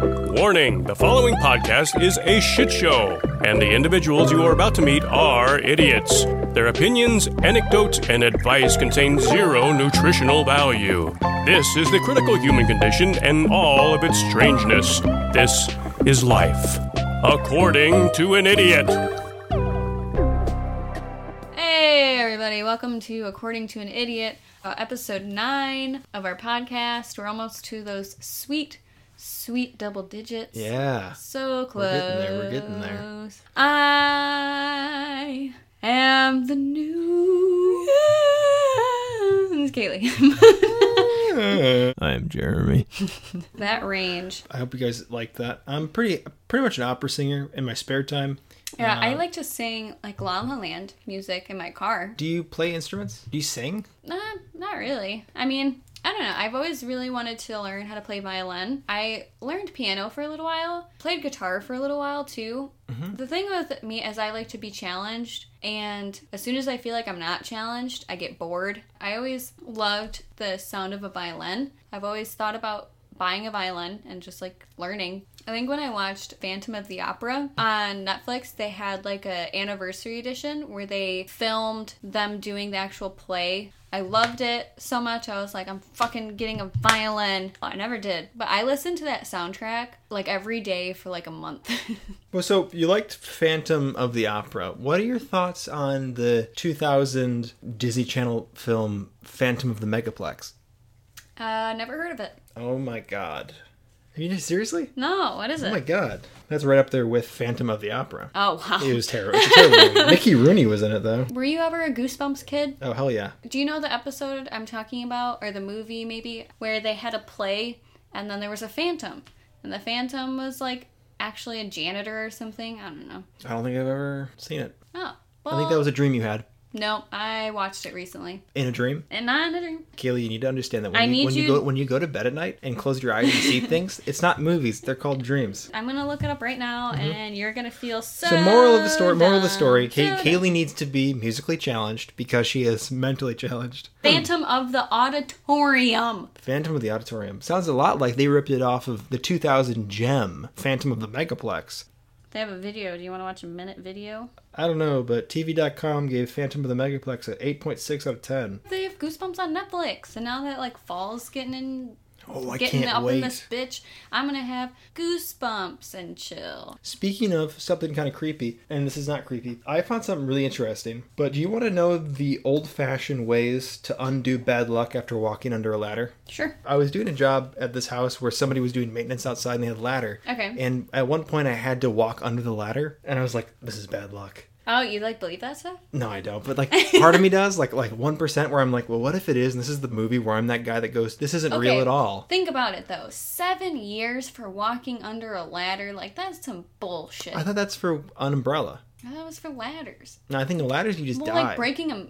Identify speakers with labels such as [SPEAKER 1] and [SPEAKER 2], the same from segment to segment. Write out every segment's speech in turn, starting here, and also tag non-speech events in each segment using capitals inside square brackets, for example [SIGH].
[SPEAKER 1] Warning the following podcast is a shit show, and the individuals you are about to meet are idiots. Their opinions, anecdotes, and advice contain zero nutritional value. This is the critical human condition and all of its strangeness. This is life, according to an idiot.
[SPEAKER 2] Hey, everybody, welcome to According to an Idiot, uh, episode 9 of our podcast. We're almost to those sweet, sweet double digits.
[SPEAKER 3] Yeah.
[SPEAKER 2] So close.
[SPEAKER 3] We're getting there, we're getting there.
[SPEAKER 2] I am the new. It's Kaylee. [LAUGHS]
[SPEAKER 3] I'm Jeremy.
[SPEAKER 2] that range.
[SPEAKER 3] I hope you guys like that. I'm pretty pretty much an opera singer in my spare time.
[SPEAKER 2] Yeah,
[SPEAKER 3] Uh-huh.
[SPEAKER 2] I like to sing like La La Land music in my car.
[SPEAKER 3] Do you play instruments? Do you sing?
[SPEAKER 2] Nah, not really. I mean, I don't know. I've always really wanted to learn how to play violin. I learned piano for a little while, played guitar for a little while too. The thing with me is I like to be challenged, and as soon as I feel like I'm not challenged, I get bored. I always loved the sound of a violin. I've always thought about buying a violin and just like learning. I think when I watched Phantom of the Opera on Netflix, they had like a anniversary edition where they filmed them doing the actual play. I loved it so much. I was like, I'm fucking getting a violin. Well, I never did, but I listened to that soundtrack like every day for like a month. [LAUGHS]
[SPEAKER 3] Well, so you liked Phantom of the Opera. What are your thoughts on the 2000 Disney Channel film Phantom of the Megaplex?
[SPEAKER 2] uh, never heard of it.
[SPEAKER 3] Oh my god. Are you seriously?
[SPEAKER 2] No, what is it?
[SPEAKER 3] Oh my god. That's right up there with Phantom of the Opera.
[SPEAKER 2] oh wow.
[SPEAKER 3] It was terrible. It's a terrible [LAUGHS] movie. Mickey Rooney was in it though.
[SPEAKER 2] Were you ever a Goosebumps kid?
[SPEAKER 3] Oh hell yeah.
[SPEAKER 2] Do you know the episode I'm talking about, or the movie maybe, where they had a play and then there was a phantom? And the phantom was like actually a janitor or something? I don't know.
[SPEAKER 3] I don't think I've ever seen it.
[SPEAKER 2] Oh, well.
[SPEAKER 3] I think that was a dream you had.
[SPEAKER 2] No, I watched it recently.
[SPEAKER 3] In a dream?
[SPEAKER 2] And not in a dream.
[SPEAKER 3] Kaylee, you need to understand that when
[SPEAKER 2] I
[SPEAKER 3] you
[SPEAKER 2] need
[SPEAKER 3] when you,
[SPEAKER 2] you-
[SPEAKER 3] go when you go to bed at night and close your eyes
[SPEAKER 2] [LAUGHS]
[SPEAKER 3] and see things, it's not movies; they're called dreams.
[SPEAKER 2] I'm gonna look it up right now and you're gonna feel so.
[SPEAKER 3] Mm-hmm. So, moral of the story, moral of the story, Kay-
[SPEAKER 2] dumb.
[SPEAKER 3] Kaylee needs to be musically challenged because she is mentally challenged.
[SPEAKER 2] Phantom of the Auditorium.
[SPEAKER 3] Phantom of the Auditorium sounds a lot like they ripped it off of the 2000 gem, Phantom of the Megaplex.
[SPEAKER 2] They have a video. Do you wanna watch a minute video?
[SPEAKER 3] I don't know, but TV.com gave Phantom of the Megaplex a 8.6 out of 10.
[SPEAKER 2] They have Goosebumps on Netflix. And now that like fall's getting in
[SPEAKER 3] Oh, I
[SPEAKER 2] getting
[SPEAKER 3] can't
[SPEAKER 2] up
[SPEAKER 3] wait.
[SPEAKER 2] in this bitch. I'm gonna have goosebumps and chill.
[SPEAKER 3] Speaking of something kind of creepy, and this is not creepy, I found something really interesting. But do you want to know the old fashioned ways to undo bad luck after walking under a ladder?
[SPEAKER 2] Sure.
[SPEAKER 3] I was doing a job at this house where somebody was doing maintenance outside and they had a ladder.
[SPEAKER 2] Okay.
[SPEAKER 3] And at one point I had to walk under the ladder and I was like, this is bad luck.
[SPEAKER 2] Oh, you like believe that stuff?
[SPEAKER 3] No, I
[SPEAKER 2] [LAUGHS]
[SPEAKER 3] don't. But like part of me does, like like one percent where I'm like, well what if it is and this is the movie where I'm that guy that goes, This isn't real
[SPEAKER 2] Okay.
[SPEAKER 3] at all.
[SPEAKER 2] Think about it though. Seven years for walking under a ladder, like that's some bullshit.
[SPEAKER 3] I thought that's for an umbrella.
[SPEAKER 2] that was for ladders.
[SPEAKER 3] No, I think the ladders you just
[SPEAKER 2] Well,
[SPEAKER 3] die.
[SPEAKER 2] like breaking a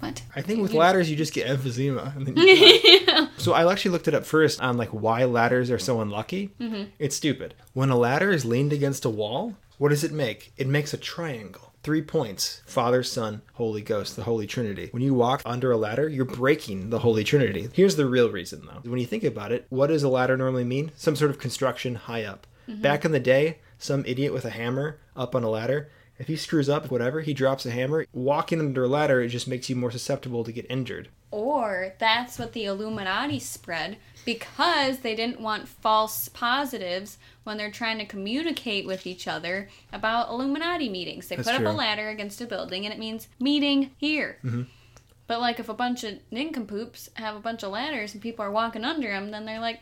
[SPEAKER 2] what?
[SPEAKER 3] I think with
[SPEAKER 2] You-
[SPEAKER 3] ladders you just get emphysema.
[SPEAKER 2] [LAUGHS]
[SPEAKER 3] And then you die. so I actually looked it up first on like why ladders are so unlucky. Mm-hmm. It's stupid. When a ladder is leaned against a wall, what does it make? It makes a triangle. Three points: Father, Son, Holy Ghost, the Holy Trinity. When you walk under a ladder, you're breaking the Holy Trinity. Here's the real reason, though. When you think about it, what does a ladder normally mean? Some sort of construction high up. Back in the day, some idiot with a hammer up on a ladder if he screws up, whatever, he drops a hammer. Walking under a ladder, it just makes you more susceptible to get injured.
[SPEAKER 2] Or that's what the Illuminati spread because they didn't want false positives when they're trying to communicate with each other about Illuminati meetings. They
[SPEAKER 3] That's
[SPEAKER 2] put
[SPEAKER 3] true. Mm-hmm.
[SPEAKER 2] up a ladder against a building and it means meeting here. But like if a bunch of nincompoops have a bunch of ladders and people are walking under them, then they're like,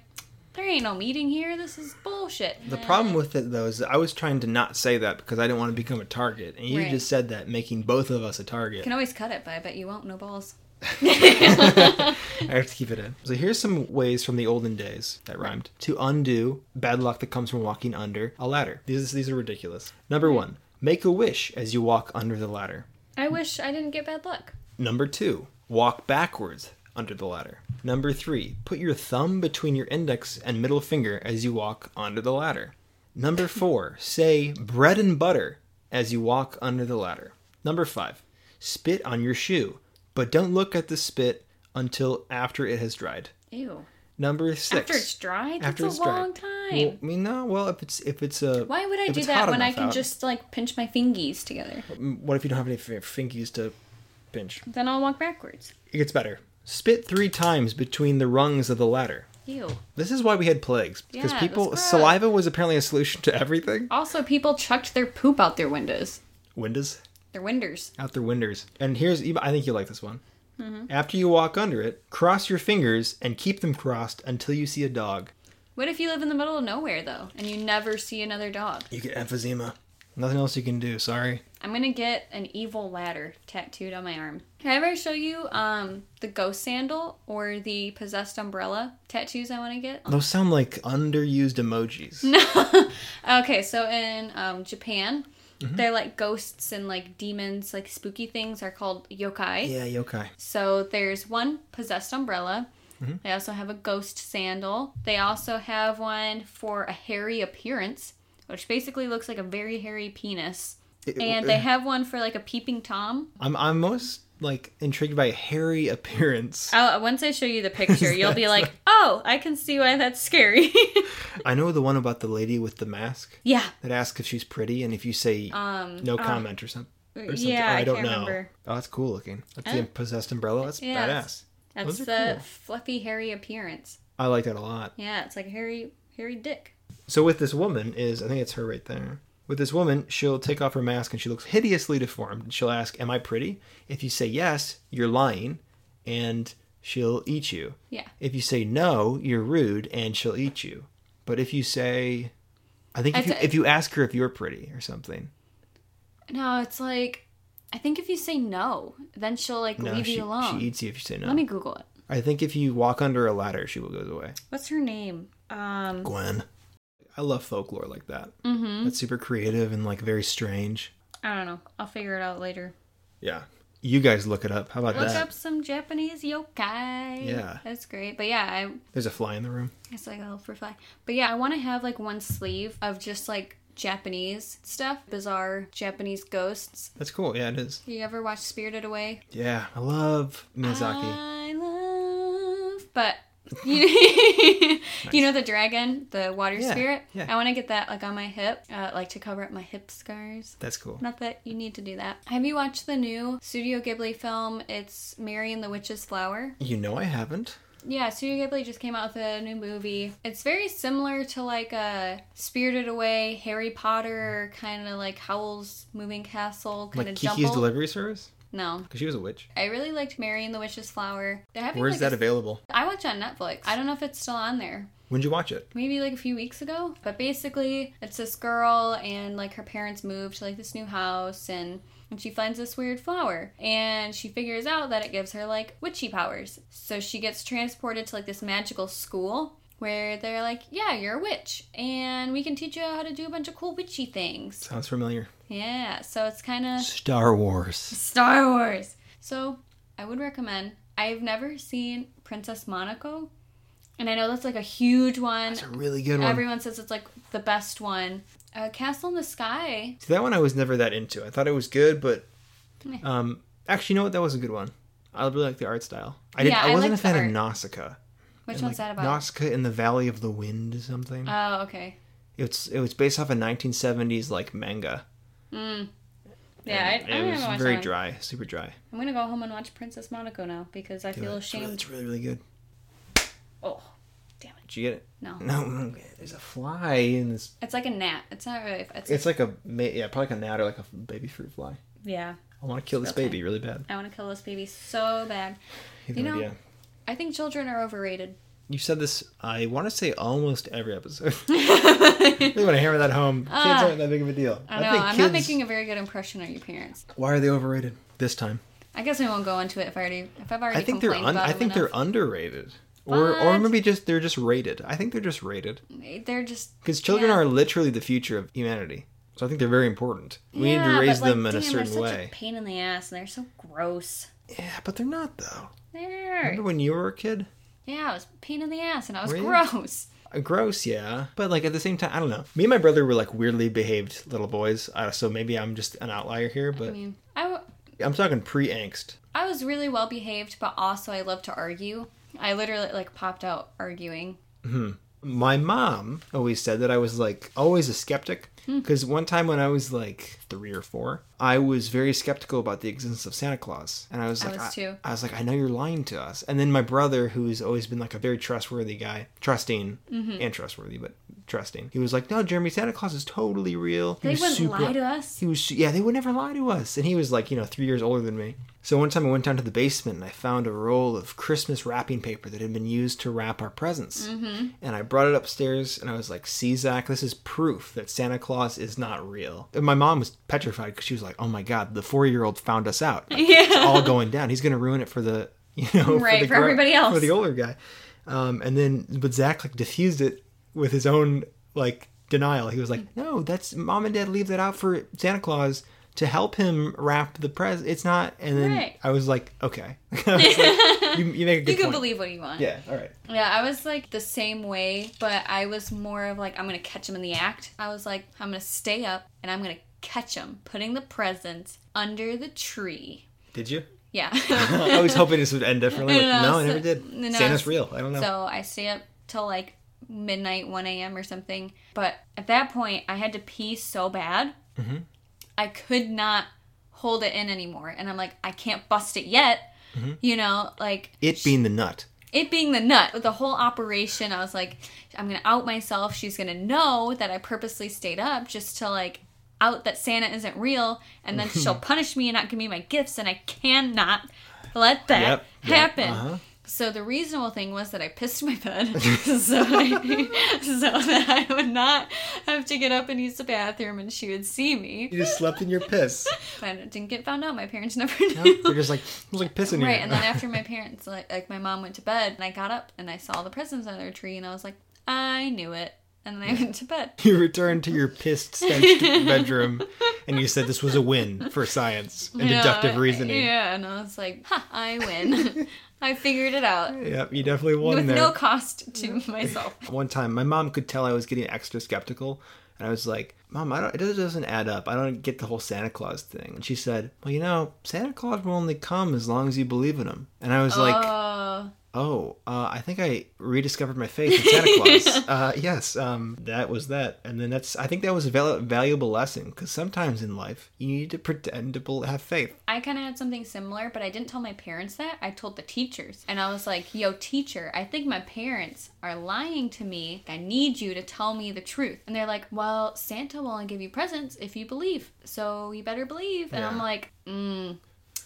[SPEAKER 2] there ain't no meeting here. This is bullshit.
[SPEAKER 3] The problem with it, though, is that I was trying to not say that because I didn't want to become a target. And you
[SPEAKER 2] Right.
[SPEAKER 3] just said that, making both of us a target.
[SPEAKER 2] You can always cut it, but I bet you won't. No balls.
[SPEAKER 3] I have to keep it in. So here's some ways from the olden days that rhymed to undo bad luck that comes from walking under a ladder. These these are ridiculous. Number one, make a wish as you walk under the ladder.
[SPEAKER 2] I wish I didn't get bad luck.
[SPEAKER 3] Number two, walk backwards under the ladder. Number three, put your thumb between your index and middle finger as you walk under the ladder. Number four, say bread and butter as you walk under the ladder. Number five, spit on your shoe, but don't look at the spit until after it has dried.
[SPEAKER 2] Ew.
[SPEAKER 3] Number six.
[SPEAKER 2] After it's dry, that's
[SPEAKER 3] After
[SPEAKER 2] a
[SPEAKER 3] it's dry.
[SPEAKER 2] long time.
[SPEAKER 3] Well, I mean, no. Well, if it's if it's a
[SPEAKER 2] Why would I
[SPEAKER 3] if
[SPEAKER 2] do
[SPEAKER 3] it's
[SPEAKER 2] that
[SPEAKER 3] hot
[SPEAKER 2] when I
[SPEAKER 3] enough
[SPEAKER 2] can
[SPEAKER 3] out,
[SPEAKER 2] just like pinch my fingies together?
[SPEAKER 3] What if you don't have any fi- fingies to pinch?
[SPEAKER 2] Then I'll walk backwards.
[SPEAKER 3] It gets better. Spit three times between the rungs of the ladder.
[SPEAKER 2] Ew.
[SPEAKER 3] This is why we had plagues because
[SPEAKER 2] Yeah, it was
[SPEAKER 3] people
[SPEAKER 2] gross.
[SPEAKER 3] saliva was apparently a solution to everything.
[SPEAKER 2] Also, people chucked their poop out their windows.
[SPEAKER 3] Windows
[SPEAKER 2] Their windows.
[SPEAKER 3] out their windows. And here's I think you like this one.
[SPEAKER 2] Mm-hmm.
[SPEAKER 3] After you walk under it, cross your fingers and keep them crossed until you see a dog.
[SPEAKER 2] What if you live in the middle of nowhere though, and you never see another dog?
[SPEAKER 3] You get emphysema. Nothing else you can do. Sorry.
[SPEAKER 2] I'm gonna get an evil ladder tattooed on my arm. Can I ever show you um the ghost sandal or the possessed umbrella tattoos I want to get?
[SPEAKER 3] Those sound like underused emojis.
[SPEAKER 2] Okay, so in um, Japan,
[SPEAKER 3] Mm-hmm.
[SPEAKER 2] they're like ghosts and like demons, like spooky things are called yokai.
[SPEAKER 3] Yeah, yokai.
[SPEAKER 2] So there's one possessed umbrella.
[SPEAKER 3] Mm-hmm.
[SPEAKER 2] They also have a ghost sandal. They also have one for a hairy appearance, which basically looks like a very hairy penis.
[SPEAKER 3] It-
[SPEAKER 2] And they have one for like a peeping tom.
[SPEAKER 3] I'm I'm most like intrigued by hairy appearance.
[SPEAKER 2] Oh, once I show
[SPEAKER 3] [LAUGHS]
[SPEAKER 2] you the picture, you'll be like, "Oh, I can see why that's scary." [LAUGHS]
[SPEAKER 3] I know the one about the lady with the mask
[SPEAKER 2] yeah,
[SPEAKER 3] that asks if she's pretty, and if you say
[SPEAKER 2] um,
[SPEAKER 3] no comment or some- or something.
[SPEAKER 2] yeah,
[SPEAKER 3] or
[SPEAKER 2] I can't remember. Eh?
[SPEAKER 3] Oh, that's cool looking. That's the possessed umbrella. That's
[SPEAKER 2] Yeah,
[SPEAKER 3] badass.
[SPEAKER 2] that's- that's
[SPEAKER 3] Those are
[SPEAKER 2] the
[SPEAKER 3] cool.
[SPEAKER 2] fluffy hairy appearance.
[SPEAKER 3] I like that a lot.
[SPEAKER 2] Yeah, it's like a hairy hairy dick.
[SPEAKER 3] So with this woman is I think it's her right there. With this woman, she'll take off her mask and she looks hideously deformed. And she'll ask, "Am I pretty?" If you say yes, you're lying, and she'll eat you.
[SPEAKER 2] Yeah.
[SPEAKER 3] If you say no, you're rude, and she'll eat you. But if you say, I think if,
[SPEAKER 2] I
[SPEAKER 3] you,
[SPEAKER 2] th-
[SPEAKER 3] if you ask her if you're pretty or something,
[SPEAKER 2] No, it's like I think if you say no, then she'll like
[SPEAKER 3] no,
[SPEAKER 2] leave
[SPEAKER 3] she,
[SPEAKER 2] you alone.
[SPEAKER 3] she eats you if you say no.
[SPEAKER 2] Let me Google it.
[SPEAKER 3] I think if you walk under a ladder, she will goes away.
[SPEAKER 2] What's her name? Um,
[SPEAKER 3] Gwen. I love folklore like that. Mm-hmm. That's super creative and like very strange.
[SPEAKER 2] I don't know. I'll figure it out later.
[SPEAKER 3] Yeah. You guys look it up. How about
[SPEAKER 2] Look
[SPEAKER 3] that?
[SPEAKER 2] up some Japanese yokai.
[SPEAKER 3] Yeah.
[SPEAKER 2] that's great. But yeah, I
[SPEAKER 3] There's a fly in the room.
[SPEAKER 2] it's like a little for fly. But yeah, I want to have like one sleeve of just like Japanese stuff, bizarre Japanese ghosts.
[SPEAKER 3] That's cool. Yeah, it is.
[SPEAKER 2] You ever watch Spirited Away?
[SPEAKER 3] Yeah, I love Miyazaki.
[SPEAKER 2] I love, but [LAUGHS]
[SPEAKER 3] [LAUGHS]
[SPEAKER 2] you, you know the dragon, the water
[SPEAKER 3] Yeah,
[SPEAKER 2] spirit.
[SPEAKER 3] yeah.
[SPEAKER 2] I want to get that like on my hip, uh, like to cover up my hip scars.
[SPEAKER 3] That's cool.
[SPEAKER 2] Not that you need to do that. Have you watched the new Studio Ghibli film? It's Mary and the Witch's Flower.
[SPEAKER 3] You know I haven't.
[SPEAKER 2] Yeah, Studio Ghibli just came out with a new movie. It's very similar to like a Spirited Away, Harry Potter kind of like Howl's Moving Castle kind
[SPEAKER 3] like
[SPEAKER 2] of
[SPEAKER 3] Kiki's
[SPEAKER 2] jumble.
[SPEAKER 3] Delivery Service?
[SPEAKER 2] no,
[SPEAKER 3] Because she was a witch.
[SPEAKER 2] I really liked Mary and the Witch's Flower. They're having
[SPEAKER 3] Where's
[SPEAKER 2] like
[SPEAKER 3] that
[SPEAKER 2] a
[SPEAKER 3] available?
[SPEAKER 2] I watch on Netflix. I don't know if it's still on there.
[SPEAKER 3] When'd you watch it?
[SPEAKER 2] Maybe like a few weeks ago. But basically, it's this girl and like her parents move to like this new house and and she finds this weird flower and she figures out that it gives her like witchy powers. So she gets transported to like this magical school where they're like, "Yeah, you're a witch and we can teach you how to do a bunch of cool witchy things."
[SPEAKER 3] Sounds familiar.
[SPEAKER 2] Yeah, so it's kind of
[SPEAKER 3] Star Wars.
[SPEAKER 2] Star Wars. So I would recommend. I've never seen Princess Monaco, and I know that's like a huge one.
[SPEAKER 3] It's a really good one.
[SPEAKER 2] Everyone says it's like the best one. Uh, Castle in the Sky.
[SPEAKER 3] See, that one I was never that into. I thought it was good, but
[SPEAKER 2] Meh.
[SPEAKER 3] um, actually, you know what? That was a good one. I really like the art style. I didn't.
[SPEAKER 2] Yeah,
[SPEAKER 3] I
[SPEAKER 2] I
[SPEAKER 3] wasn't a
[SPEAKER 2] liked the
[SPEAKER 3] fan of
[SPEAKER 2] art.
[SPEAKER 3] Nausicaa.
[SPEAKER 2] Which
[SPEAKER 3] And,
[SPEAKER 2] one's
[SPEAKER 3] like,
[SPEAKER 2] that about?
[SPEAKER 3] Nausicaa in the Valley of the Wind, or something.
[SPEAKER 2] oh, okay.
[SPEAKER 3] it's it was based off a 1970s like manga.
[SPEAKER 2] Yeah, I, I
[SPEAKER 3] it
[SPEAKER 2] don't
[SPEAKER 3] was
[SPEAKER 2] even watch
[SPEAKER 3] very
[SPEAKER 2] that one.
[SPEAKER 3] dry, super dry.
[SPEAKER 2] I'm gonna go home and watch Princess Monaco now because I
[SPEAKER 3] Do
[SPEAKER 2] feel
[SPEAKER 3] it. It's really,
[SPEAKER 2] ashamed.
[SPEAKER 3] it's really, really good.
[SPEAKER 2] Oh,
[SPEAKER 3] Did you get it? [LAUGHS]
[SPEAKER 2] No.
[SPEAKER 3] No, no, there's a fly in this.
[SPEAKER 2] it's like a gnat. It's not really. It's,
[SPEAKER 3] It's like a, ma- yeah, probably like a gnat or like a baby fruit fly.
[SPEAKER 2] yeah.
[SPEAKER 3] I want to kill this
[SPEAKER 2] Okay.
[SPEAKER 3] baby really bad.
[SPEAKER 2] I want to kill this baby so bad.
[SPEAKER 3] Either
[SPEAKER 2] You know-
[SPEAKER 3] idea.
[SPEAKER 2] I think children are overrated.
[SPEAKER 3] You've said this, I want to say almost
[SPEAKER 2] [LAUGHS]
[SPEAKER 3] every episode. I really want to hammer that home. Kids
[SPEAKER 2] Ah.
[SPEAKER 3] aren't that big of a deal.
[SPEAKER 2] I don't know. I'm not making a very good impression on your parents.
[SPEAKER 3] Why are they overrated this time?
[SPEAKER 2] I guess I won't go into it if I already if I've already
[SPEAKER 3] I think they're
[SPEAKER 2] complained
[SPEAKER 3] un-
[SPEAKER 2] about
[SPEAKER 3] I
[SPEAKER 2] them
[SPEAKER 3] think they're
[SPEAKER 2] enough.
[SPEAKER 3] underrated. Or, or
[SPEAKER 2] What?
[SPEAKER 3] maybe just they're just rated. I think they're just rated
[SPEAKER 2] they're just
[SPEAKER 3] because children
[SPEAKER 2] Yeah.
[SPEAKER 3] are literally the future of humanity. So I think they're very important. We need to raise them in a certain
[SPEAKER 2] they're
[SPEAKER 3] way.
[SPEAKER 2] Such a pain in the ass, and they're so gross.
[SPEAKER 3] Yeah, but they're not though.
[SPEAKER 2] They're
[SPEAKER 3] Remember when you were a kid?
[SPEAKER 2] yeah, I was a pain in the ass, and I was
[SPEAKER 3] Were you?
[SPEAKER 2] gross.
[SPEAKER 3] Uh, Gross, yeah. But like at the same time, I don't know. Me and my brother were like weirdly behaved little boys, uh, so maybe I'm just an outlier here. But
[SPEAKER 2] I mean, I, w-
[SPEAKER 3] I'm talking pre-angst.
[SPEAKER 2] I was really well behaved, but also I love to argue. I literally like popped out arguing.
[SPEAKER 3] My mom always said that I was like always a skeptic
[SPEAKER 2] Hmm.
[SPEAKER 3] because one time when I was like three or four, I was very skeptical about the existence of Santa Claus, and I was
[SPEAKER 2] I
[SPEAKER 3] like,
[SPEAKER 2] was too.
[SPEAKER 3] I was like, I know you're lying to us. And then my brother, who's always been like a very trustworthy guy, trusting
[SPEAKER 2] Mm-hmm.
[SPEAKER 3] and trustworthy, but trusting, he was like, No, Jeremy, Santa Claus is totally real. He
[SPEAKER 2] They
[SPEAKER 3] was
[SPEAKER 2] wouldn't lie
[SPEAKER 3] super-
[SPEAKER 2] to us.
[SPEAKER 3] he was yeah they would never lie to us and he was like you know three years older than me so one time i went down to the basement and i found a roll of christmas wrapping paper that had been used to wrap our presents mm-hmm. and i brought it upstairs and i was like see zach this is proof that santa claus is not real and my mom was petrified because she was like oh my god the four-year-old found us out
[SPEAKER 2] [LAUGHS]
[SPEAKER 3] Like, it's all going down he's going to ruin it for the you know
[SPEAKER 2] Right,
[SPEAKER 3] the
[SPEAKER 2] for
[SPEAKER 3] grown-
[SPEAKER 2] everybody else.
[SPEAKER 3] for the older guy um, and then but Zach like diffused it with his own like denial. He was
[SPEAKER 2] Mm.
[SPEAKER 3] like, "No, that's mom and dad leave that out for Santa Claus to help him wrap the present. It's not." And then
[SPEAKER 2] Right.
[SPEAKER 3] I was like, "Okay, [LAUGHS] I was
[SPEAKER 2] [LAUGHS]
[SPEAKER 3] like, you, you make a good
[SPEAKER 2] You can
[SPEAKER 3] point."
[SPEAKER 2] believe what you want.
[SPEAKER 3] yeah, all right.
[SPEAKER 2] Yeah, I was like the same way, but I was more of like, I'm gonna catch him in the act. I was like, I'm gonna stay up and I'm gonna catch him putting the presents under the tree.
[SPEAKER 3] Did you?
[SPEAKER 2] Yeah.
[SPEAKER 3] [LAUGHS]
[SPEAKER 2] [LAUGHS]
[SPEAKER 3] I was hoping this would end differently.
[SPEAKER 2] No,
[SPEAKER 3] No,
[SPEAKER 2] no,
[SPEAKER 3] no, I
[SPEAKER 2] so-
[SPEAKER 3] never did.
[SPEAKER 2] no, no,
[SPEAKER 3] Santa's
[SPEAKER 2] it's-
[SPEAKER 3] real. I don't know.
[SPEAKER 2] So I stay up till like midnight, 1 a.m. or something. But at that point, I had to pee so bad.
[SPEAKER 3] Mm-hmm.
[SPEAKER 2] I could not hold it in anymore. And I'm like, I can't bust it yet. You know, like
[SPEAKER 3] Mm-hmm. it being the nut.
[SPEAKER 2] it being the nut with the whole operation i was like i'm gonna out myself she's gonna know that i purposely stayed up just to like out that santa isn't real and then
[SPEAKER 3] [LAUGHS]
[SPEAKER 2] she'll punish me and not give me my gifts and i cannot let that
[SPEAKER 3] Yep, yep,
[SPEAKER 2] happen
[SPEAKER 3] uh-huh.
[SPEAKER 2] So the reasonable thing was that I pissed my bed, [LAUGHS] so, I, [LAUGHS] so that I would not have to get up and use the bathroom, and she would see me.
[SPEAKER 3] You just slept in your piss.
[SPEAKER 2] I didn't get found out. My parents never
[SPEAKER 3] No,
[SPEAKER 2] knew.
[SPEAKER 3] [LAUGHS] They're just like, I was like pissing
[SPEAKER 2] Right,
[SPEAKER 3] you.
[SPEAKER 2] and then
[SPEAKER 3] [LAUGHS]
[SPEAKER 2] after my parents, like, like my mom went to bed, and I got up and I saw the presents under a tree, and I was like, I knew it, and then I went to bed.
[SPEAKER 3] [LAUGHS] you returned to your pissed,
[SPEAKER 2] [LAUGHS]
[SPEAKER 3] stenched bedroom, and you said this was a win for science and
[SPEAKER 2] You know,
[SPEAKER 3] deductive
[SPEAKER 2] I-
[SPEAKER 3] reasoning.
[SPEAKER 2] Yeah, and I was like, ha, I
[SPEAKER 3] [LAUGHS]
[SPEAKER 2] win. I figured it out
[SPEAKER 3] Yep, you definitely won
[SPEAKER 2] with
[SPEAKER 3] there.
[SPEAKER 2] no cost to myself.
[SPEAKER 3] One time, my mom could tell I was getting extra skeptical, and I was like, "Mom, I don't. It doesn't add up. I don't get the whole Santa Claus thing." And she said, "Well, you know, Santa Claus will only come as long as you believe in him." And I was like,
[SPEAKER 2] oh,
[SPEAKER 3] "Oh, uh, I think I rediscovered my faith in
[SPEAKER 2] [LAUGHS]
[SPEAKER 3] Santa Claus." uh, yes, um, that was that. And then that's. I think that was a val- valuable lesson because sometimes in life you need to pretend to bel have faith.
[SPEAKER 2] I kind of had something similar, but I didn't tell my parents that. I told the teachers. And I was like, yo, teacher, I think my parents are lying to me. I need you to tell me the truth. And they're like, well, Santa will only give you presents if you believe. So you better believe. And I'm
[SPEAKER 3] Yeah.
[SPEAKER 2] like, mm,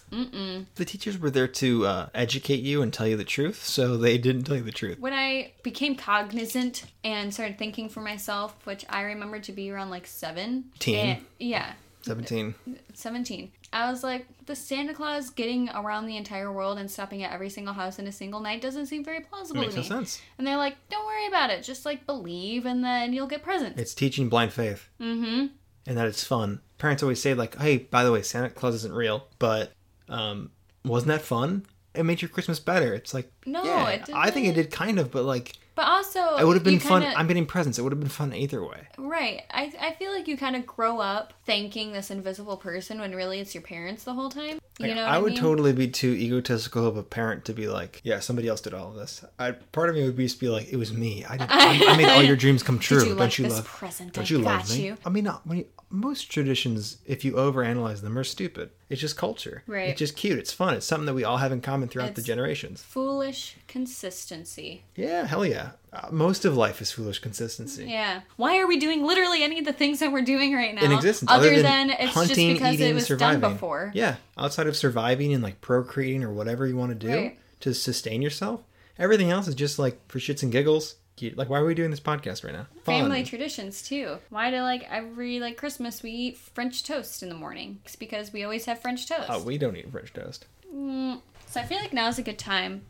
[SPEAKER 3] The teachers were there to uh, educate you and tell you the truth, so they didn't tell you the truth.
[SPEAKER 2] when I became cognizant and started thinking for myself, which I remember to be around like seven.
[SPEAKER 3] Teen.
[SPEAKER 2] eh, yeah.
[SPEAKER 3] Seventeen.
[SPEAKER 2] 17. I was like, the Santa Claus getting around the entire world and stopping at every single house in a single night doesn't seem very plausible
[SPEAKER 3] Makes
[SPEAKER 2] to
[SPEAKER 3] no
[SPEAKER 2] me.
[SPEAKER 3] sense.
[SPEAKER 2] And they're like, don't worry about it. Just like believe and then you'll get presents.
[SPEAKER 3] It's teaching blind faith.
[SPEAKER 2] mm-hmm.
[SPEAKER 3] and that it's fun. Parents always say like, "Hey, by the way, Santa Claus isn't real," but um, wasn't that fun? It made your Christmas better. It's like,
[SPEAKER 2] No,
[SPEAKER 3] yeah,
[SPEAKER 2] it
[SPEAKER 3] I think it
[SPEAKER 2] didn't.
[SPEAKER 3] did kind of, but like,
[SPEAKER 2] But also,
[SPEAKER 3] it would have been
[SPEAKER 2] you
[SPEAKER 3] fun.
[SPEAKER 2] kinda-
[SPEAKER 3] I'm getting presents. It would have been fun either way.
[SPEAKER 2] right. I, I feel like you kind of grow up thanking this invisible person when really it's your parents the whole time. You
[SPEAKER 3] Like,
[SPEAKER 2] know, what
[SPEAKER 3] I would
[SPEAKER 2] mean?
[SPEAKER 3] totally be too egotistical of a parent to be like, "Yeah, somebody else did all of this." I part of me would be just be like, "It was me. I, did, I, I made
[SPEAKER 2] [LAUGHS]
[SPEAKER 3] all your dreams come true."
[SPEAKER 2] Did you
[SPEAKER 3] Don't
[SPEAKER 2] like
[SPEAKER 3] you
[SPEAKER 2] this
[SPEAKER 3] love?
[SPEAKER 2] present?
[SPEAKER 3] Don't
[SPEAKER 2] I
[SPEAKER 3] you
[SPEAKER 2] got
[SPEAKER 3] love me?
[SPEAKER 2] you.
[SPEAKER 3] I mean, not, when you, most traditions, if you overanalyze them, are stupid. It's just culture.
[SPEAKER 2] Right.
[SPEAKER 3] It's just cute. It's fun. It's something that we all have in common throughout the
[SPEAKER 2] It's-
[SPEAKER 3] generations.
[SPEAKER 2] Foolish consistency.
[SPEAKER 3] Yeah, hell yeah. Uh, most of life is foolish consistency.
[SPEAKER 2] Yeah. Why are we doing literally any of the things that we're doing right now?
[SPEAKER 3] In existence,
[SPEAKER 2] other,
[SPEAKER 3] than,
[SPEAKER 2] than, it's
[SPEAKER 3] hunting,
[SPEAKER 2] just because
[SPEAKER 3] eating,
[SPEAKER 2] it was
[SPEAKER 3] surviving.
[SPEAKER 2] done before.
[SPEAKER 3] Yeah, outside of surviving and like procreating or whatever you want to do
[SPEAKER 2] Right.
[SPEAKER 3] to sustain yourself, everything else is just like for shits and giggles. Cute. Like, why are we doing this podcast right now? Fun.
[SPEAKER 2] Family traditions too. Why do like every like Christmas we eat French toast in the morning? It's because we always have French toast.
[SPEAKER 3] Oh, we don't eat French toast.
[SPEAKER 2] So I feel like now's a good time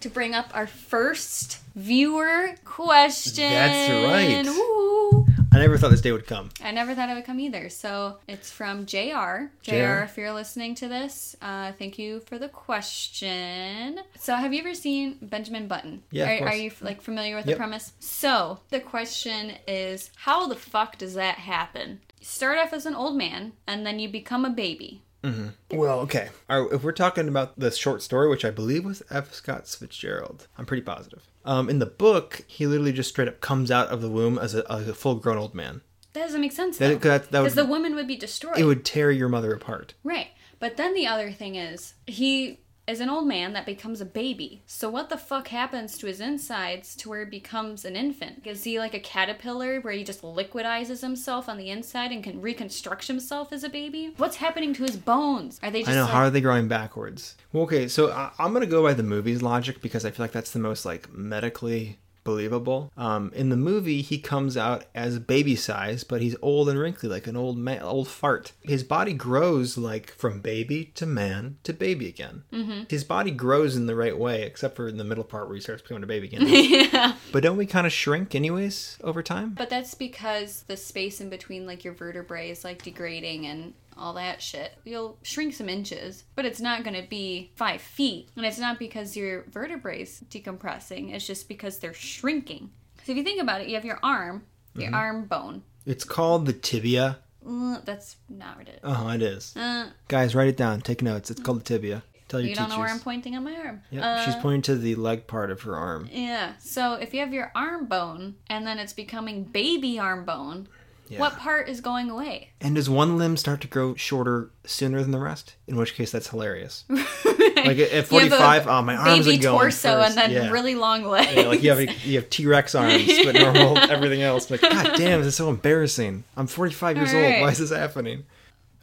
[SPEAKER 2] to bring up our first viewer question.
[SPEAKER 3] That's right.
[SPEAKER 2] Woo.
[SPEAKER 3] I never thought this day would come.
[SPEAKER 2] I never thought it would come either. So it's from JR. JR,
[SPEAKER 3] JR.
[SPEAKER 2] if you're listening to this, uh, thank you for the question. So have you ever seen Benjamin Button?
[SPEAKER 3] Yeah, of
[SPEAKER 2] Are,
[SPEAKER 3] course.
[SPEAKER 2] are you like familiar with
[SPEAKER 3] Yep.
[SPEAKER 2] the premise? So the question is, how the fuck does that happen? You start off as an old man, and then you become a baby.
[SPEAKER 3] Well, okay. All right, if we're talking about the short story, which I believe was F. Scott Fitzgerald, I'm pretty positive. Um, in the book, he literally just straight up comes out of the womb as a, as a full grown old man.
[SPEAKER 2] That doesn't make sense.
[SPEAKER 3] That-
[SPEAKER 2] Because
[SPEAKER 3] that- that would-
[SPEAKER 2] the woman would be destroyed.
[SPEAKER 3] It would tear your mother apart.
[SPEAKER 2] Right. But then the other thing is, he is an old man that becomes a baby. So what the fuck happens to his insides to where he becomes an infant? Is he like a caterpillar where he just liquidizes himself on the inside and can reconstruct himself as a baby? What's happening to his bones? Are they just
[SPEAKER 3] I know.
[SPEAKER 2] like,
[SPEAKER 3] How are they growing backwards? Well, okay, so I, I'm gonna go by the movie's logic because I feel like that's the most like medically believable. Um, in the movie, he comes out as baby size, but he's old and wrinkly, like an old man, old fart. His body grows like from baby to man to baby again. Mm-hmm. His body grows in the right way, except for in the middle part where he starts becoming a baby [LAUGHS] again. But don't we kind of shrink anyways over time?
[SPEAKER 2] But that's because the space in between like your vertebrae is like degrading and all that shit. You'll shrink some inches, but it's not gonna be five feet. And it's not because your vertebrae's decompressing, it's just because they're shrinking. So if you think about it, you have your arm, your arm bone.
[SPEAKER 3] It's called the tibia.
[SPEAKER 2] Mm, that's not what it is.
[SPEAKER 3] Uh huh. It is.
[SPEAKER 2] Uh,
[SPEAKER 3] Guys, write it down. Take notes. It's called the tibia. Tell your
[SPEAKER 2] you don't know where
[SPEAKER 3] teachers.
[SPEAKER 2] I'm pointing on my arm.
[SPEAKER 3] Yeah,
[SPEAKER 2] Uh,
[SPEAKER 3] she's pointing to the leg part of her arm.
[SPEAKER 2] yeah. So if you have your arm bone and then it's becoming baby arm bone,
[SPEAKER 3] Yeah.
[SPEAKER 2] what part is going away?
[SPEAKER 3] And does one limb start to grow shorter sooner than the rest? In which case, that's
[SPEAKER 2] [LAUGHS]
[SPEAKER 3] hilarious. Like at- at
[SPEAKER 2] You have a
[SPEAKER 3] 45, oh, my arms
[SPEAKER 2] baby
[SPEAKER 3] are going
[SPEAKER 2] torso
[SPEAKER 3] first.
[SPEAKER 2] and then
[SPEAKER 3] Yeah.
[SPEAKER 2] really long legs.
[SPEAKER 3] Yeah, like you have you have T Rex arms,
[SPEAKER 2] [LAUGHS]
[SPEAKER 3] but normal everything else. Like, God damn, this is so embarrassing. I'm 45 years old. Why
[SPEAKER 2] Alright.
[SPEAKER 3] is this happening?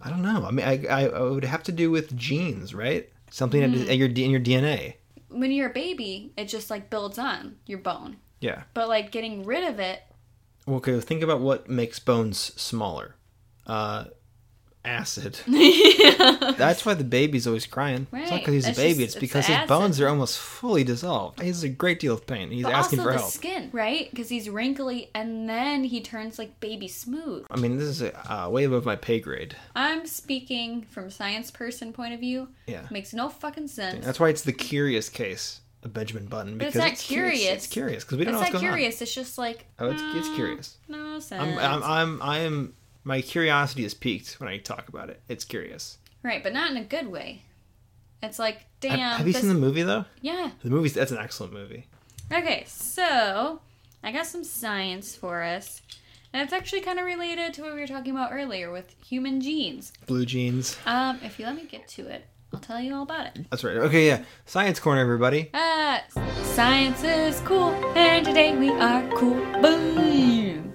[SPEAKER 3] I don't know. I mean, I, I, I would have to do with genes, right? Something
[SPEAKER 2] Hmm.
[SPEAKER 3] in- in, your D- in your DNA.
[SPEAKER 2] [LAUGHS] when you're a baby, it just like builds on your bone.
[SPEAKER 3] Yeah.
[SPEAKER 2] But like getting rid of it,
[SPEAKER 3] Okay, well, think about what makes bones smaller. Uh,
[SPEAKER 2] [LAUGHS]
[SPEAKER 3] acid. That's why the baby's always crying. It's not
[SPEAKER 2] Right,
[SPEAKER 3] because he's a
[SPEAKER 2] that's
[SPEAKER 3] baby.
[SPEAKER 2] just-
[SPEAKER 3] it's
[SPEAKER 2] it's
[SPEAKER 3] because
[SPEAKER 2] the
[SPEAKER 3] his
[SPEAKER 2] acid.
[SPEAKER 3] bones are almost fully dissolved. He's in a great deal of pain. He's
[SPEAKER 2] but
[SPEAKER 3] asking
[SPEAKER 2] also
[SPEAKER 3] for
[SPEAKER 2] the
[SPEAKER 3] help.
[SPEAKER 2] skin, right? Because he's wrinkly and then he turns like baby smooth.
[SPEAKER 3] I mean, this is a, uh, way above my pay grade.
[SPEAKER 2] I'm speaking from science person point of view.
[SPEAKER 3] Yeah.
[SPEAKER 2] Makes no fucking sense.
[SPEAKER 3] That's why it's the curious case of Benjamin Button.
[SPEAKER 2] But
[SPEAKER 3] Because
[SPEAKER 2] it's not
[SPEAKER 3] curious.
[SPEAKER 2] curious.
[SPEAKER 3] It's curious because we don't
[SPEAKER 2] it's
[SPEAKER 3] know what's
[SPEAKER 2] not
[SPEAKER 3] going
[SPEAKER 2] curious, it's just like
[SPEAKER 3] on. Oh, it's, it's curious.
[SPEAKER 2] no Uh, sense.
[SPEAKER 3] I'm, I'm, I'm, I am. My curiosity is piqued when I talk about it. It's curious.
[SPEAKER 2] right, but not in a good way. It's like, damn.
[SPEAKER 3] Have, have you
[SPEAKER 2] this-
[SPEAKER 3] seen the movie though?
[SPEAKER 2] Yeah.
[SPEAKER 3] The movie's that's an excellent movie.
[SPEAKER 2] Okay, so I got some science for us. And it's actually kind of related to what we were talking about earlier with human genes.
[SPEAKER 3] Blue jeans.
[SPEAKER 2] Um, if you let me get to it, I'll tell you all about it.
[SPEAKER 3] That's right. Okay, yeah. Science corner, everybody.
[SPEAKER 2] Uh, science is cool, and today we are cool. Boom!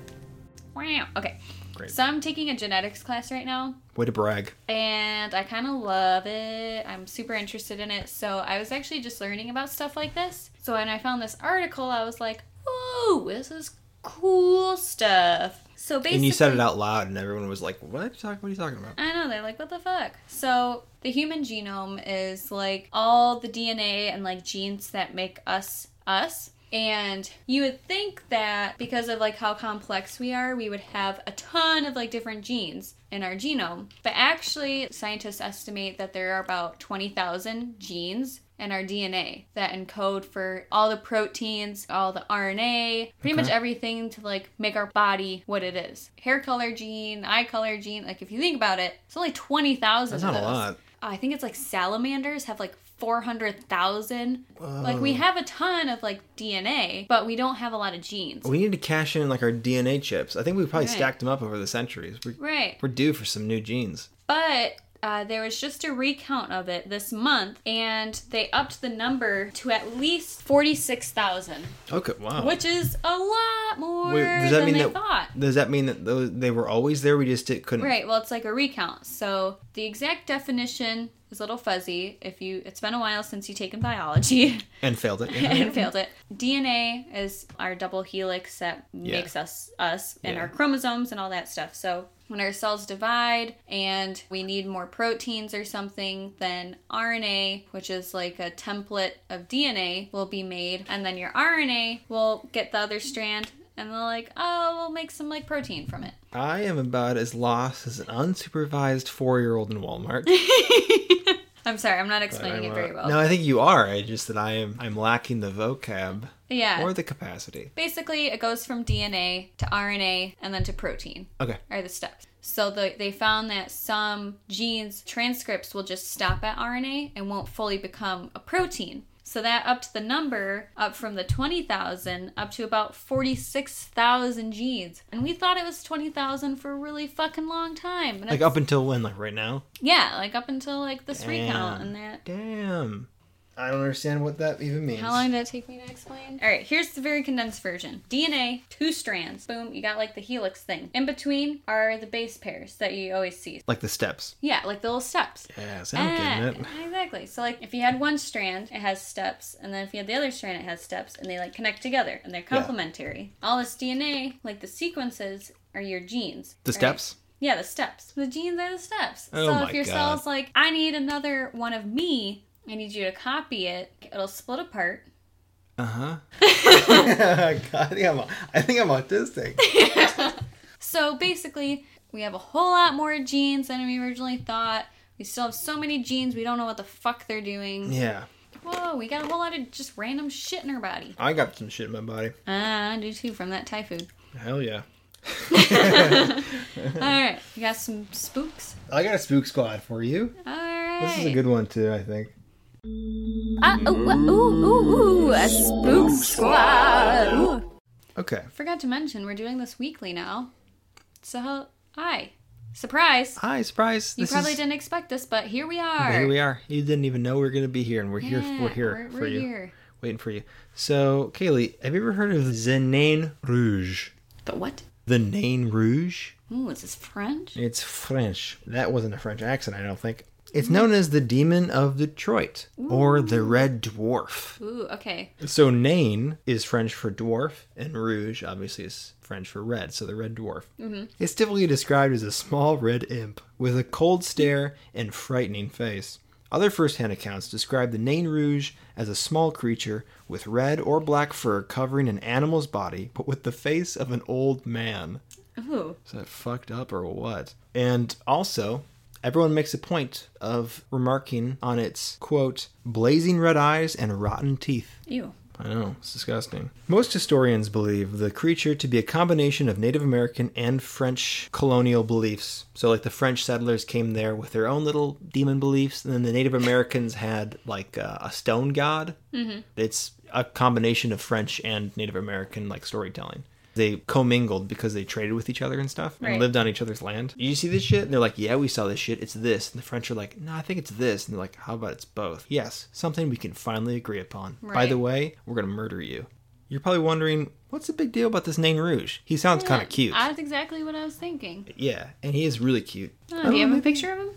[SPEAKER 2] Wow. Okay,
[SPEAKER 3] Great.
[SPEAKER 2] so I'm taking a genetics class right now,
[SPEAKER 3] Way to brag.
[SPEAKER 2] and I kind of love it. I'm super interested in it. So I was actually just learning about stuff like this. So when I found this article, I was like, "Whoa, this is cool stuff." So basically,
[SPEAKER 3] And you said it out loud, and everyone was like, "What? Are you talking, what are you talking about?"
[SPEAKER 2] I know, they're like, what the fuck? So, the human genome is like all the DNA and like genes that make us us. And you would think that because of like how complex we are, we would have a ton of like different genes in our genome. But actually, scientists estimate that there are about 20,000 genes in our DNA that encode for all the proteins, all the RNA, pretty much everything to like make our body what it is. Hair color gene, eye color gene. Like if you think about it, it's only twenty thousand.
[SPEAKER 3] That's not a lot.
[SPEAKER 2] I think it's like salamanders have like four hundred thousand. Like we have a ton of like DNA, but we don't have a lot of genes.
[SPEAKER 3] We need to cash in like our DNA chips. I think we probably
[SPEAKER 2] Right.
[SPEAKER 3] stacked them up over the centuries. We're,
[SPEAKER 2] Right.
[SPEAKER 3] we're due for some new genes.
[SPEAKER 2] But uh, there was just a recount of it this month, and they upped the number to at least 46,000,
[SPEAKER 3] Okay. Wow.
[SPEAKER 2] which is a lot more
[SPEAKER 3] Wait,
[SPEAKER 2] than they thought.
[SPEAKER 3] Does that mean that those, they were always there? We just did, couldn't.
[SPEAKER 2] Right, well, it's like a recount. So the exact definition is a little fuzzy if you it's been a while since you taken biology [LAUGHS]
[SPEAKER 3] And failed it. yeah.
[SPEAKER 2] and failed it. DNA is our double helix that makes us us and
[SPEAKER 3] Yeah.
[SPEAKER 2] our chromosomes and all that stuff. So when our cells divide and we need more proteins or something, then RNA, which is like a template of DNA, will be made, and then your RNA will get the other strand, and they're like, oh, we'll make some like protein from it.
[SPEAKER 3] I am about as lost as an unsupervised four-year-old
[SPEAKER 2] [LAUGHS]
[SPEAKER 3] in Walmart.
[SPEAKER 2] I'm sorry, I'm not explaining
[SPEAKER 3] I'm,
[SPEAKER 2] it
[SPEAKER 3] uh,
[SPEAKER 2] very well.
[SPEAKER 3] No, I think you are. I just that I am. I'm lacking the vocab.
[SPEAKER 2] Yeah.
[SPEAKER 3] or the capacity.
[SPEAKER 2] Basically, it goes from DNA to RNA and then to protein.
[SPEAKER 3] Okay.
[SPEAKER 2] are the steps. So the, they found that some genes transcripts will just stop at RNA and won't fully become a protein. So that upped the number up from the 20,000 up to about 46,000 genes. And we thought it was 20,000 for a really fucking long time. And
[SPEAKER 3] Like
[SPEAKER 2] it's-
[SPEAKER 3] up until when? Like right now?
[SPEAKER 2] yeah, like up until like this recount
[SPEAKER 3] Damn.
[SPEAKER 2] and that.
[SPEAKER 3] Damn. I don't understand what that even means.
[SPEAKER 2] How long did it take me to explain? All right, here's the very condensed version. DNA, two strands. Boom, you got like the helix thing. In between are the base pairs that you always see.
[SPEAKER 3] Like the steps.
[SPEAKER 2] Yeah, like the little steps.
[SPEAKER 3] Yes, I'm getting it.
[SPEAKER 2] Ah, Exactly. So like if you had one strand, it has steps, and then if you had the other strand, it has steps, and they like connect together and they're complementary. All this DNA, like the sequences, are your genes.
[SPEAKER 3] The
[SPEAKER 2] right?
[SPEAKER 3] steps?
[SPEAKER 2] Yeah, the steps. The genes are the steps.
[SPEAKER 3] Oh
[SPEAKER 2] so
[SPEAKER 3] my
[SPEAKER 2] if your
[SPEAKER 3] God.
[SPEAKER 2] cell's like, I need another one of me, I need you to copy it, it'll split apart.
[SPEAKER 3] Uh huh. [LAUGHS] God, I think I'm, I think I'm autistic.
[SPEAKER 2] So basically, we have a whole lot more genes than we originally thought. We still have so many genes, we don't know what the fuck they're doing.
[SPEAKER 3] [LAUGHS] yeah.
[SPEAKER 2] Whoa, we got a whole lot of just random shit in our body.
[SPEAKER 3] I got some shit in my body.
[SPEAKER 2] Ah, I do too from that Thai
[SPEAKER 3] [LAUGHS]
[SPEAKER 2] food.
[SPEAKER 3] Hell yeah.
[SPEAKER 2] All right, you got some spooks.
[SPEAKER 3] I got a spook squad for you.
[SPEAKER 2] All right.
[SPEAKER 3] This is a good one too, I think.
[SPEAKER 2] Uh, ooh, ooh, ooh, ooh, a spook squad. Ooh.
[SPEAKER 3] Okay.
[SPEAKER 2] Forgot to mention we're doing this weekly now. So hi, surprise!
[SPEAKER 3] Hi, surprise.
[SPEAKER 2] You
[SPEAKER 3] this
[SPEAKER 2] probably
[SPEAKER 3] is,
[SPEAKER 2] didn't expect this, but here we are.
[SPEAKER 3] Here we are. You didn't even know we were going to be here, and we're here.
[SPEAKER 2] Yeah,
[SPEAKER 3] We're here
[SPEAKER 2] we're-
[SPEAKER 3] for
[SPEAKER 2] we're
[SPEAKER 3] you.
[SPEAKER 2] here.
[SPEAKER 3] Waiting for you. So, Kaylee, have you ever heard of the Nain Rouge?
[SPEAKER 2] The what?
[SPEAKER 3] The Nain Rouge?
[SPEAKER 2] Ooh, is this French?
[SPEAKER 3] It's French. That wasn't a French accent, I don't think. It's known as the Demon of Detroit or the Red Dwarf.
[SPEAKER 2] Ooh, okay.
[SPEAKER 3] So Nain is French for dwarf, and Rouge obviously is French for red, so the Red Dwarf. Mm-hmm. It's typically described as a small red imp with a cold stare and frightening face. Other first-hand accounts describe the Nain Rouge as a small creature with red or black fur covering an animal's body, but with the face of an old man.
[SPEAKER 2] Ooh,
[SPEAKER 3] Is that fucked up or what? And also, everyone makes a point of remarking on its quote, blazing red eyes and rotten teeth.
[SPEAKER 2] ew.
[SPEAKER 3] I know, it's disgusting. Most historians believe the creature to be a combination of Native American and French colonial beliefs. So, like, the French settlers came there with their own little demon beliefs, and then the Native Americans had, like, uh, a stone god. Mm-hmm. It's a combination of French and Native American, like, storytelling. They commingled because they traded with each other and stuff and
[SPEAKER 2] Right.
[SPEAKER 3] lived on each other's land. You see this shit? And they're like, yeah, we saw this shit. It's this. And the French are like, no, I think it's this. And they're like, how about it's both? Yes, something we can finally agree upon. By
[SPEAKER 2] Right.
[SPEAKER 3] the way, we're going to murder you. You're probably wondering, what's the big deal about this Nain Rouge? He sounds kind of cute.
[SPEAKER 2] That's exactly what I was thinking.
[SPEAKER 3] Yeah, and he is really cute.
[SPEAKER 2] Oh, do you have a picture of him?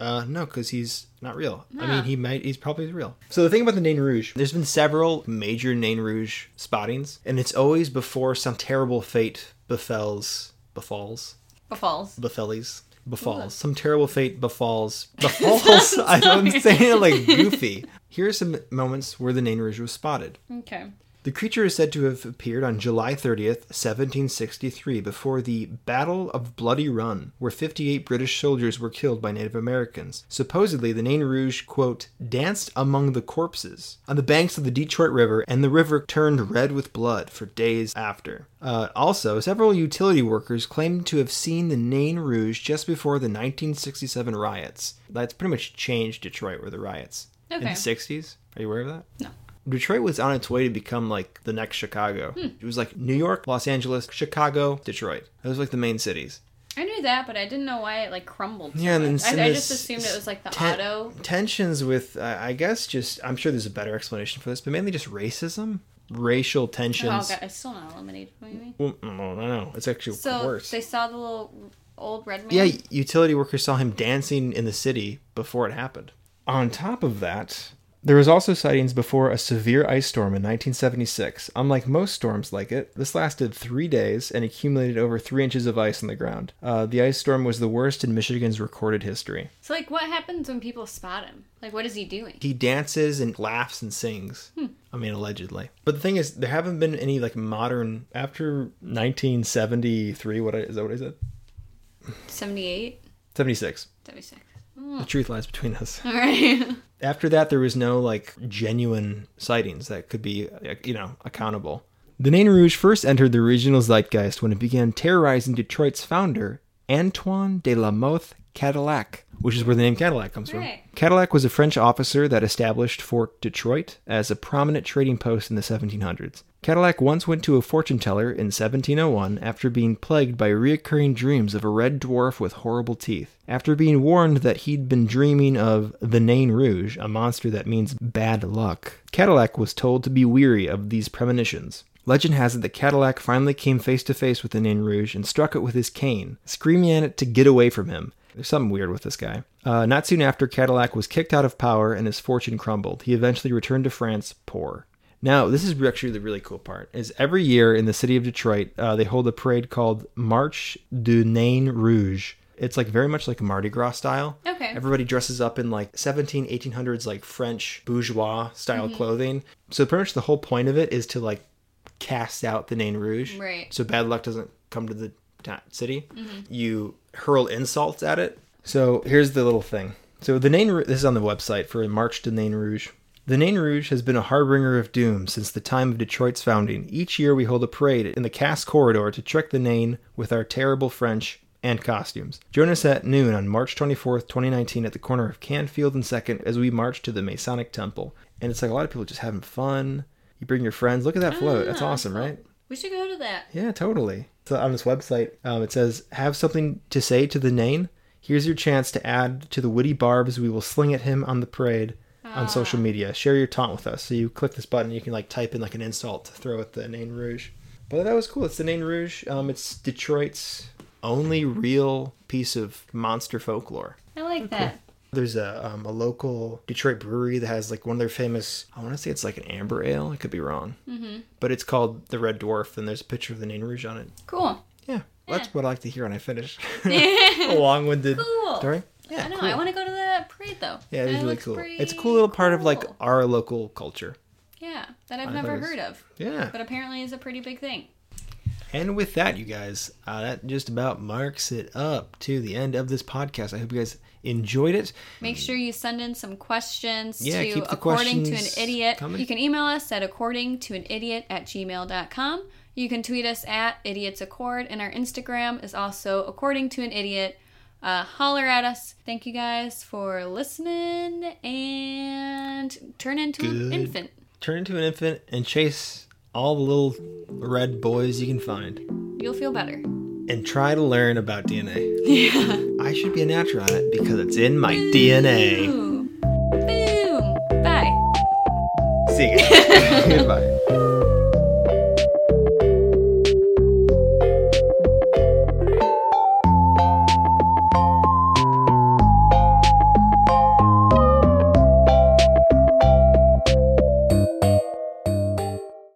[SPEAKER 3] Uh, no, because he's not real. I mean, he might, he's probably real. So the thing about the Nain Rouge, there's been several major Nain Rouge spottings, and it's always before some terrible fate befalls, befalls,
[SPEAKER 2] Befalls.
[SPEAKER 3] befallies, befalls. Some terrible fate befalls,
[SPEAKER 2] [LAUGHS]
[SPEAKER 3] befalls. I'm saying it like goofy. Here are some moments where the Nain Rouge was spotted.
[SPEAKER 2] Okay.
[SPEAKER 3] The creature is said to have appeared on July 30th, 1763, before the Battle of Bloody Run, where 58 British soldiers were killed by Native Americans. Supposedly, the Nain Rouge, quote, danced among the corpses on the banks of the Detroit River, and the river turned red with blood for days after. Uh, also, several utility workers claimed to have seen the Nain Rouge just before the 1967 riots. That's pretty much changed Detroit were the riots. In
[SPEAKER 2] Okay.
[SPEAKER 3] the 60s? Are you aware of that?
[SPEAKER 2] No.
[SPEAKER 3] Detroit was on its way to become like the next Chicago.
[SPEAKER 2] Hmm.
[SPEAKER 3] It was like New York, Los Angeles, Chicago, Detroit. Those were like the main cities.
[SPEAKER 2] I knew that, but I didn't know why it like crumbled. So
[SPEAKER 3] Yeah, and then
[SPEAKER 2] much.
[SPEAKER 3] some
[SPEAKER 2] I, I
[SPEAKER 3] of
[SPEAKER 2] just
[SPEAKER 3] this-
[SPEAKER 2] assumed it was like the
[SPEAKER 3] ten-
[SPEAKER 2] auto.
[SPEAKER 3] tensions with, uh, I guess, just I'm sure there's a better explanation for this, but mainly just racism, racial
[SPEAKER 2] Oh
[SPEAKER 3] tensions.
[SPEAKER 2] god, it's still not eliminated. What do you mean?
[SPEAKER 3] Well, I don't know. It's actually
[SPEAKER 2] So
[SPEAKER 3] worse.
[SPEAKER 2] they saw the little old red man.
[SPEAKER 3] Yeah, utility workers saw him dancing in the city before it happened. On top of that, there was also sightings before a severe ice storm in 1976. Unlike most storms like it, this lasted three days and accumulated over three inches of ice on the ground. Uh, the ice storm was the worst in Michigan's recorded history.
[SPEAKER 2] So like, what happens when people spot him? Like, what is he doing?
[SPEAKER 3] He dances and laughs and sings. I mean, allegedly. But the thing is, there haven't been any like modern after 1973. What I, is that? What I said?
[SPEAKER 2] Seventy-eight.
[SPEAKER 3] 76.
[SPEAKER 2] Seventy-six. [LAUGHS]
[SPEAKER 3] The truth lies between us.
[SPEAKER 2] All right.
[SPEAKER 3] After that, there was no like genuine sightings that could be, like, you know, accountable. The Nain Rouge first entered the regional zeitgeist when it began terrorizing Detroit's founder, Antoine de la Mothe Cadillac, which is where the name Cadillac comes from.
[SPEAKER 2] Right.
[SPEAKER 3] Cadillac was a French officer that established Fort Detroit as a prominent trading post in the 1700s. Cadillac once went to a fortune teller in 1701 after being plagued by recurring dreams of a red dwarf with horrible teeth. After being warned that he'd been dreaming of the Nain Rouge, a monster that means bad luck, Cadillac was told to be weary of these premonitions. Legend has it that Cadillac finally came face to face with the Nain Rouge and struck it with his cane, screaming at it to get away from him. There's something weird with this guy. Uh, not soon after, Cadillac was kicked out of power and his fortune crumbled. He eventually returned to France poor. Now, this is actually the really cool part. Is every year in the city of Detroit, uh, they hold a parade called March du Nain Rouge. It's like very much like a Mardi Gras style.
[SPEAKER 2] Okay.
[SPEAKER 3] Everybody dresses up in like 17, 1800s like French bourgeois style clothing. So pretty much the whole point of it is to like cast out the Nain Rouge.
[SPEAKER 2] Right.
[SPEAKER 3] So bad luck doesn't come to the ta- city. You hurl insults at it. So here's the little thing. So the Nain Rouge, this is on the website for March to Nain Rouge. The Nain Rouge has been a harbinger of doom since the time of Detroit's founding. Each year we hold a parade in the cast corridor to trick the Nain with our terrible French and costumes. Join us at noon on March 24th, 2019 at the corner of Canfield and 2nd as we march to the Masonic Temple. And it's like a lot of people just having fun. You bring your friends. Look at that float. That's awesome, right?
[SPEAKER 2] [LAUGHS] We should go to that.
[SPEAKER 3] Yeah, totally. So on this website, um, it says, "Have something to say to the Nain? Here's your chance to add to the witty barbs we will sling at him on the parade on social media. Share your taunt with us." So you click this button, you can like type in like an insult to throw at the Nain Rouge. But that was cool. It's the Nain Rouge. Um, it's Detroit's only real piece of monster folklore.
[SPEAKER 2] I like that.
[SPEAKER 3] There's a, um, a local Detroit brewery that has like one of their famous. I want to say it's like an amber ale. I could be wrong, mm-hmm. but it's called the Red Dwarf, and there's a picture of the Nain Rouge on it.
[SPEAKER 2] Cool.
[SPEAKER 3] Yeah, that's what I like to hear when
[SPEAKER 2] [LAUGHS]
[SPEAKER 3] I finish [LAUGHS] a long-winded
[SPEAKER 2] Cool.
[SPEAKER 3] story. Yeah,
[SPEAKER 2] I don't know.
[SPEAKER 3] cool.
[SPEAKER 2] I want to go to that parade though.
[SPEAKER 3] yeah, it
[SPEAKER 2] That
[SPEAKER 3] is really
[SPEAKER 2] looks
[SPEAKER 3] cool.
[SPEAKER 2] pretty
[SPEAKER 3] It's a cool little part of like
[SPEAKER 2] cool.
[SPEAKER 3] our local culture.
[SPEAKER 2] Yeah, that I've
[SPEAKER 3] I
[SPEAKER 2] never
[SPEAKER 3] thought it was-
[SPEAKER 2] heard of.
[SPEAKER 3] Yeah,
[SPEAKER 2] But apparently is a pretty big thing.
[SPEAKER 3] and with that, you guys, uh, that just about marks it up to the end of this podcast. I hope you guys enjoyed it.
[SPEAKER 2] Make sure you send in some questions
[SPEAKER 3] Yeah,
[SPEAKER 2] to
[SPEAKER 3] keep the
[SPEAKER 2] according to an
[SPEAKER 3] questions
[SPEAKER 2] idiot.
[SPEAKER 3] coming.
[SPEAKER 2] You can email us at according to an idiot at gmail.com. You can tweet us at idiots accord, and our Instagram is also according to an idiot. Uh, holler at us. Thank you guys for listening and turn into an
[SPEAKER 3] Good.
[SPEAKER 2] infant.
[SPEAKER 3] Turn into an infant and chase all the little red boys you can find,
[SPEAKER 2] You'll feel better.
[SPEAKER 3] and try to learn about DNA.
[SPEAKER 2] Yeah.
[SPEAKER 3] I should be a natural at it because it's in my DNA.
[SPEAKER 2] Boom. Boom. Bye. [LAUGHS]
[SPEAKER 3] See you. Guys. [LAUGHS] Goodbye.